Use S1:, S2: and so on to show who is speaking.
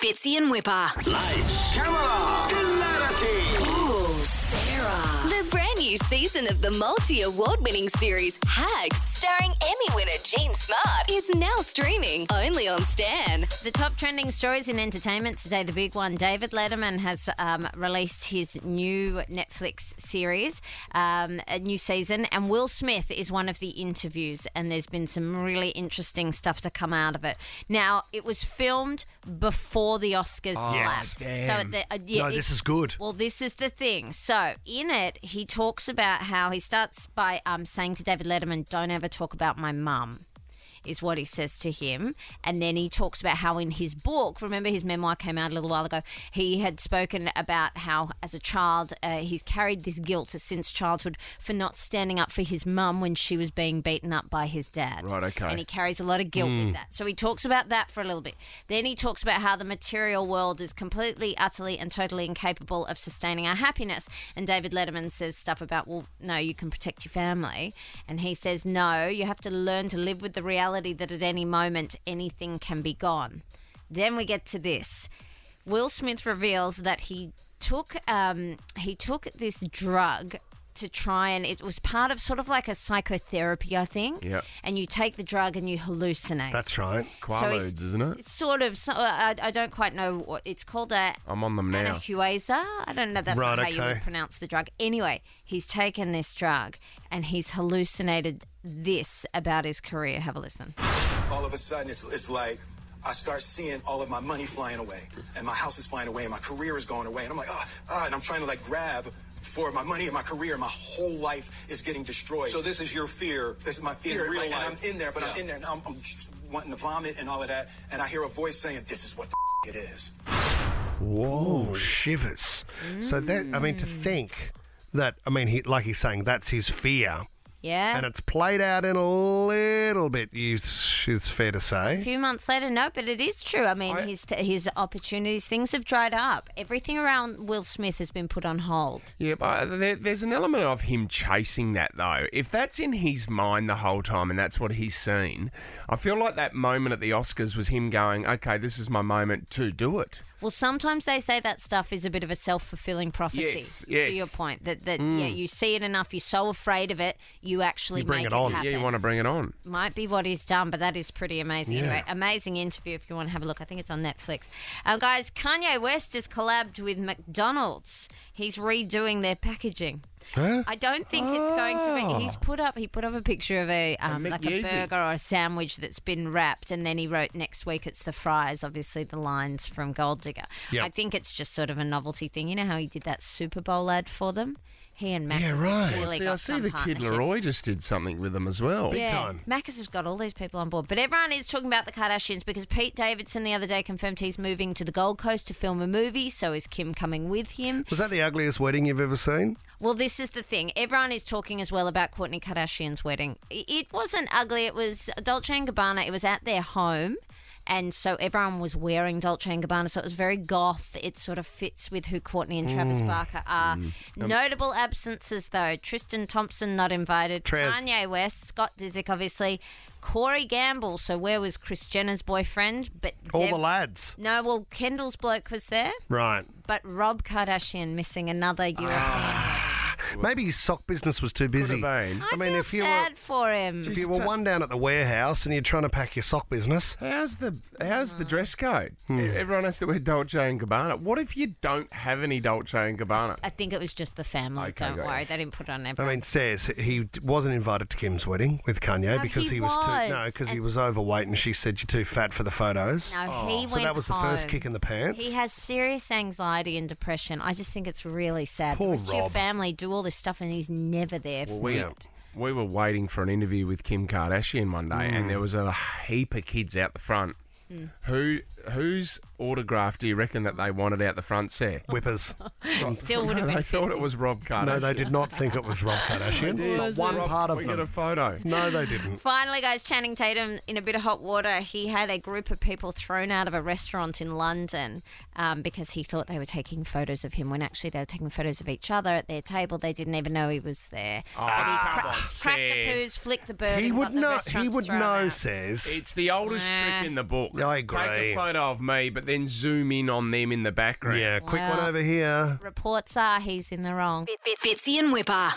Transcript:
S1: Fitzy and Whipper.
S2: Lights, camera, hilarity.
S1: Oh, Sarah.
S3: The brand new season of the multi award winning series Hags, starring Emmy winner Gene Smart, is now streaming only on Stan.
S4: The top trending stories in entertainment today, the big one. David Letterman has um, released his new Netflix series, um, a new season, and Will Smith is one of the interviews, and there's been some really interesting stuff to come out of it. Now, it was filmed before the Oscars
S5: Oh, Yes.
S4: slapped.
S5: Damn.
S4: So, the, uh, yeah,
S5: no,
S4: it-
S5: this is good.
S4: well, this is the thing. So, in it, he talks about how he starts by um, saying to David Letterman, Don't ever talk about my mum, is what he says to him. And then he talks about how, in his book, remember his memoir came out a little while ago, he had spoken about how, as a child, uh, he's carried this guilt since childhood for not standing up for his mum when she was being beaten up by his dad.
S5: Right, okay. Hmm.
S4: And he carries a lot of guilt with that. So he talks about that for a little bit. Then he talks about how the material world is completely, utterly, and totally incapable of sustaining our happiness. And David Letterman says stuff about, well, no, you can protect your family. And he says, no, you have to learn to live with the reality that at any moment anything can be gone. Then we get to this. Will Smith reveals that he took um, he took this drug to try and it was part of sort of like a psychotherapy, I think.
S5: Yeah.
S4: And you take the drug and you hallucinate.
S5: That's right.
S4: Quaaludes,
S5: isn't it?
S4: it's sort of. So, uh, I, I don't quite know what it's called. A
S5: I'm on them now.
S4: anahuaza. I don't know. That's not
S5: Right,
S4: how you
S5: okay.
S4: would pronounce the drug. Anyway, he's taken this drug and he's hallucinated this about his career. Have a listen.
S6: all of a sudden it's, it's like I start seeing all of my money flying away and my house is flying away and my career is going away and I'm like ah, ah and I'm trying to like grab for my money and my career my whole life is getting destroyed
S2: So this is your fear.
S6: this is my fear
S2: In real
S6: like, and
S2: life.
S6: I'm in there but I'm
S2: Yeah.
S6: in there and I'm, I'm just wanting to vomit and all of that and I hear a voice saying this is what the it is
S5: Whoa, shivers. So that, I mean, to
S4: Mm.
S5: think that, I mean, he, like he's saying, that's his fear.
S4: Yeah.
S5: And it's played out in a little bit, you, it's fair to
S4: a
S5: say.
S4: few months later, no, but it is true. I mean,
S5: I-
S4: his his opportunities, things have dried up. Everything around Will Smith has been put on hold.
S7: Yeah, but uh, there, there's an element of him chasing that though. If that's in his mind the whole time and that's what he's seen, I feel like that moment at the Oscars was him going, "Okay, this is my moment to do it."
S4: Well, sometimes they say that stuff is a bit of a self fulfilling prophecy.
S7: Yes, yes. Mm.
S4: To your point, that that yeah, you see it enough, you're so afraid of it, you actually
S5: You bring
S4: make
S5: it on. Yeah,
S4: happen.
S7: Yeah, you want to bring it on.
S4: Might be what he's done, but that is pretty amazing.
S5: Yeah.
S4: Anyway, amazing interview if you want to have a look. I think it's on Netflix. Um, guys, Kanye West has collabed with McDonald's. He's redoing their packaging.
S5: Huh? Ah.
S4: I don't think it's going to be. He's put up. He put up a picture of a um, like a
S7: McYeezy.
S4: burger or a sandwich that's been wrapped, and then he wrote next week it's the fries. Obviously, the lines from Gold Digger.
S5: Yep.
S4: I think it's just sort of a novelty thing. You know how he did that Super Bowl ad for them. He and Mac
S5: Yeah, right.
S4: really
S7: See,
S4: got
S7: I see
S4: some
S7: the kid
S4: partnership.
S7: Leroy just did something with them as well.
S4: yeah.
S5: time.
S4: Macca's has got all these people on board. But everyone is talking about the Kardashians because Pete Davidson the other day confirmed he's moving to the Gold Coast to film a movie. So is Kim coming with him.
S5: Was that the ugliest wedding you've ever seen?
S4: Well, this is the thing. Everyone is talking as well about Courtney Kardashian's wedding. I- It wasn't ugly. It was Dolce and Gabbana. It was at their home. And so everyone was wearing Dolce and Gabbana, so it was very goth. It sort of fits with who Courtney and Travis
S5: Mm.
S4: Barker are.
S5: Um,
S4: Notable absences, though: Tristan Thompson not invited,
S5: Trev.
S4: Kanye West, Scott Disick, obviously, Corey Gamble. So where was Chris Jenner's boyfriend? But
S5: All
S4: Dev-
S5: the lads.
S4: no, well Kendall's bloke was there,
S5: Right.
S4: but Rob Kardashian missing another
S5: Ah.
S4: European.
S5: Maybe his sock business was too busy.
S7: been.
S4: I, feel sad for
S5: were
S4: him.
S5: if you were one down at the warehouse and you're trying to pack your sock business,
S7: How's the how's
S4: Mm.
S7: the dress code? E-, Everyone has to wear Dolce and Gabbana. What if you don't have any Dolce and Gabbana?
S4: I think it was just the family.
S7: Okay,
S4: Don't
S7: got
S4: worry,
S7: you.
S4: they didn't put it on
S5: I
S4: everyone.
S5: mean, says he d- wasn't invited to Kim's wedding with Kanye
S4: No,
S5: because
S4: he
S5: he, was,
S4: was.
S5: too no because he
S4: And-
S5: was overweight, and she said you're too fat for the photos.
S4: no, he went
S5: oh, so that was the first
S4: home.
S5: kick in the pants.
S4: He has serious anxiety and depression. I just think it's really sad.
S5: Poor
S4: the rest of your
S5: Rob.
S4: family do all this stuff and he's never there. for
S7: We,
S5: Yeah.
S7: we were waiting for an interview with Kim Kardashian one day, and
S5: Mm.
S7: there was a heap of kids out the front. Who whose autograph do you reckon that they wanted out the front? There,
S5: Whippers.
S4: Still would have
S7: they
S4: been.
S7: thought it
S4: fizzy.
S7: was Rob Kardashian.
S5: No, they did not think it was Rob Kardashian. Not one part of
S7: we
S5: them.
S7: get a photo.
S5: No, they didn't.
S4: Finally, guys, Channing Tatum in a bit of hot water. He had a group of people thrown out of a restaurant in London um, because he thought they were taking photos of him when actually they were taking photos of each other at their table. They didn't even know he was there.
S7: Ah, come on,
S4: Crack the
S7: Sam.
S4: poos, flick the bird.
S5: He
S4: and
S5: would
S4: got the
S5: know. He
S4: restaurant to
S5: would
S4: throw him
S5: know.
S4: out.
S5: Says
S7: It's the oldest
S4: Nah.
S7: trick in the book.
S5: I agree.
S7: Take a photo of me, but then zoom in on them in the background.
S5: yeah, quick one
S4: Wow.
S5: over here.
S4: Reports are he's in the wrong.
S1: Fitzy and Whipper.